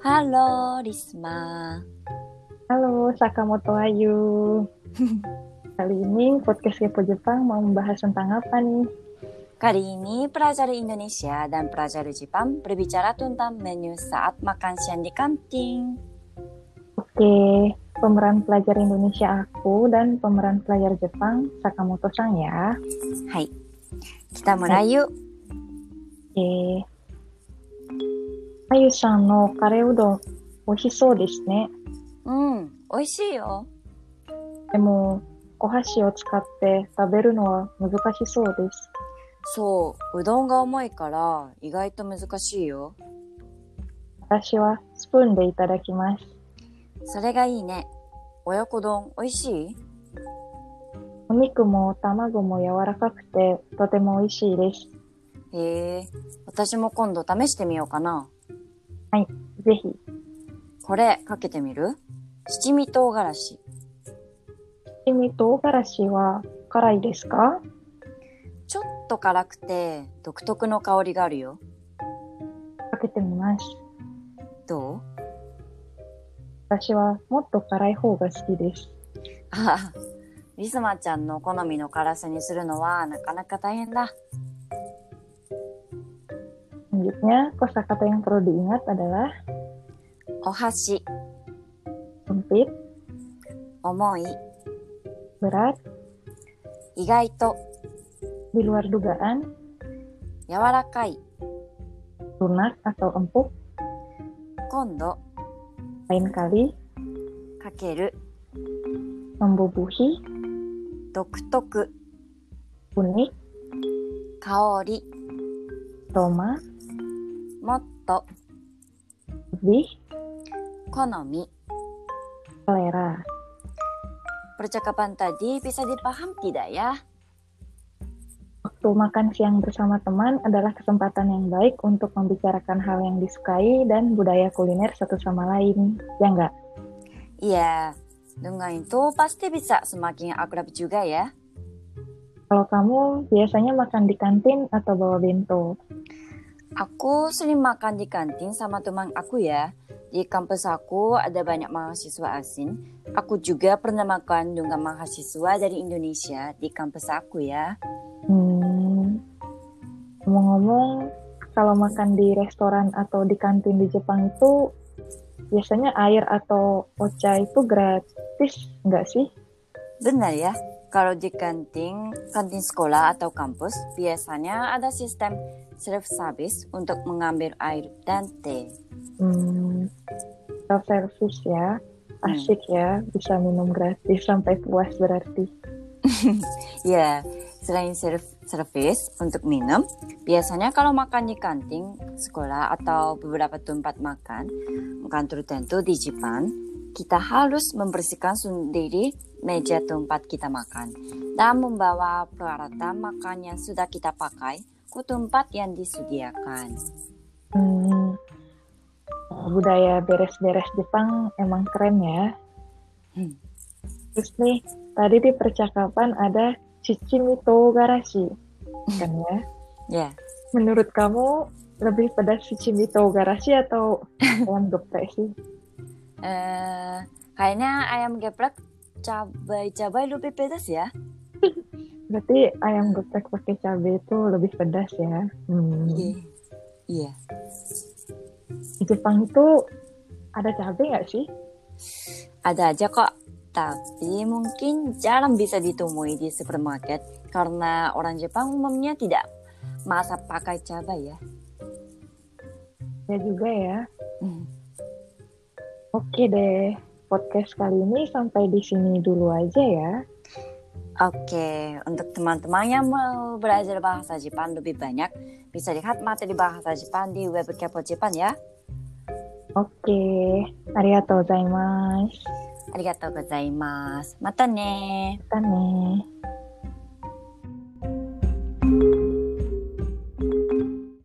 ハロー、リスマ Halo, Sakamoto Ayu. Kali ini podcast Kepo Jepang mau membahas tentang apa nih? Kali ini pelajar Indonesia dan pelajar Jepang berbicara tentang menu saat makan siang di kantin. Oke, pemeran pelajar Indonesia aku dan pemeran pelajar Jepang Sakamoto Sang ya. Hai. Kita mulai yuk. えー、あゆさんのカレーうどん、美味しそうですね。うん、美味しいよ。でも、お箸を使って食べるのは難しそうです。そう、うどんが重いから意外と難しいよ。私はスプーンでいただきます。それがいいね。親子丼美味しいお肉も卵も柔らかくてとても美味しいです。へえ、私も今度試してみようかな。ぜひ、これかけてみる七味唐辛子。七味唐辛子は辛いですかちょっと辛くて独特の香りがあるよ。かけてみます。どう私はもっと辛い方が好きです。ああ、 リスマちゃんの好みの辛さにするのはなかなか大変だ。 Selanjutnya, kosakata yang perlu diingat adalah お箸、 sempit, 重い、 berat, 意外と、 di luar dugaan, 柔らかい、 lunak atau empuk, 今度、 lain kali, かける、 membubuhi, 独特、 unik, 香り、 roma, もっと、 lebih, 好み。 selera. Percakapan tadi bisa dipaham tidak ya? Waktu makan siang bersama teman adalah kesempatan yang baik untuk membicarakan hal yang disukai dan budaya kuliner satu sama lain. Ya enggak? Iya, dengan itu pasti bisa semakin akrab juga ya. Kalau kamu biasanya makan di kantin atau bawa bento? Aku sering makan di kantin sama teman aku ya. Di kampus aku ada banyak mahasiswa asing. Aku juga pernah makan dengan mahasiswa dari Indonesia di kampus aku ya. Hmm. Ngomong-ngomong, kalau makan di restoran atau di kantin di Jepang itu biasanya air atau ocha itu gratis nggak sih? Benar ya. Kalau di kantin, kantin sekolah atau kampus, biasanya ada sistem self service untuk mengambil air dan teh. Hmm. Self service ya. Asik ya, bisa minum gratis sampai puas berarti. Ya, selain self service untuk minum, biasanya kalau makan di kantin, sekolah atau beberapa tempat makan, makan tertentu di Jepang, kita harus membersihkan sendiri meja tempat kita makan dan membawa peralatan makan yang sudah kita pakai ke tempat yang disediakan. Hmm. Budaya beres-beres Jepang emang keren ya. Hmm. Terus nih, tadi di percakapan ada Chichimi Togarashi. Hmm. Kan ya? Ya, Menurut kamu lebih pedas Chichimi Togarashi atau ayam geprek sih? eh, kayaknya ayam geprek cabai-cabai lebih pedas ya. Berarti ayam geprek pakai cabai itu lebih pedas ya. Hmm. Iya. Iya. Di Jepang itu ada cabai nggak sih? Ada aja kok, tapi mungkin jarang bisa ditemui di supermarket karena orang Jepang umumnya tidak masak pakai cabai ya. Ya juga ya. Hmm. Oke deh, podcast kali ini sampai di sini dulu aja ya. Oke, untuk teman-teman yang mau belajar bahasa Jepang lebih banyak, bisa lihat materi bahasa Jepang di web Kepo Jepang ya. Oke, arigatou gozaimasu. Arigatou gozaimasu. Mata ne. Kita nih.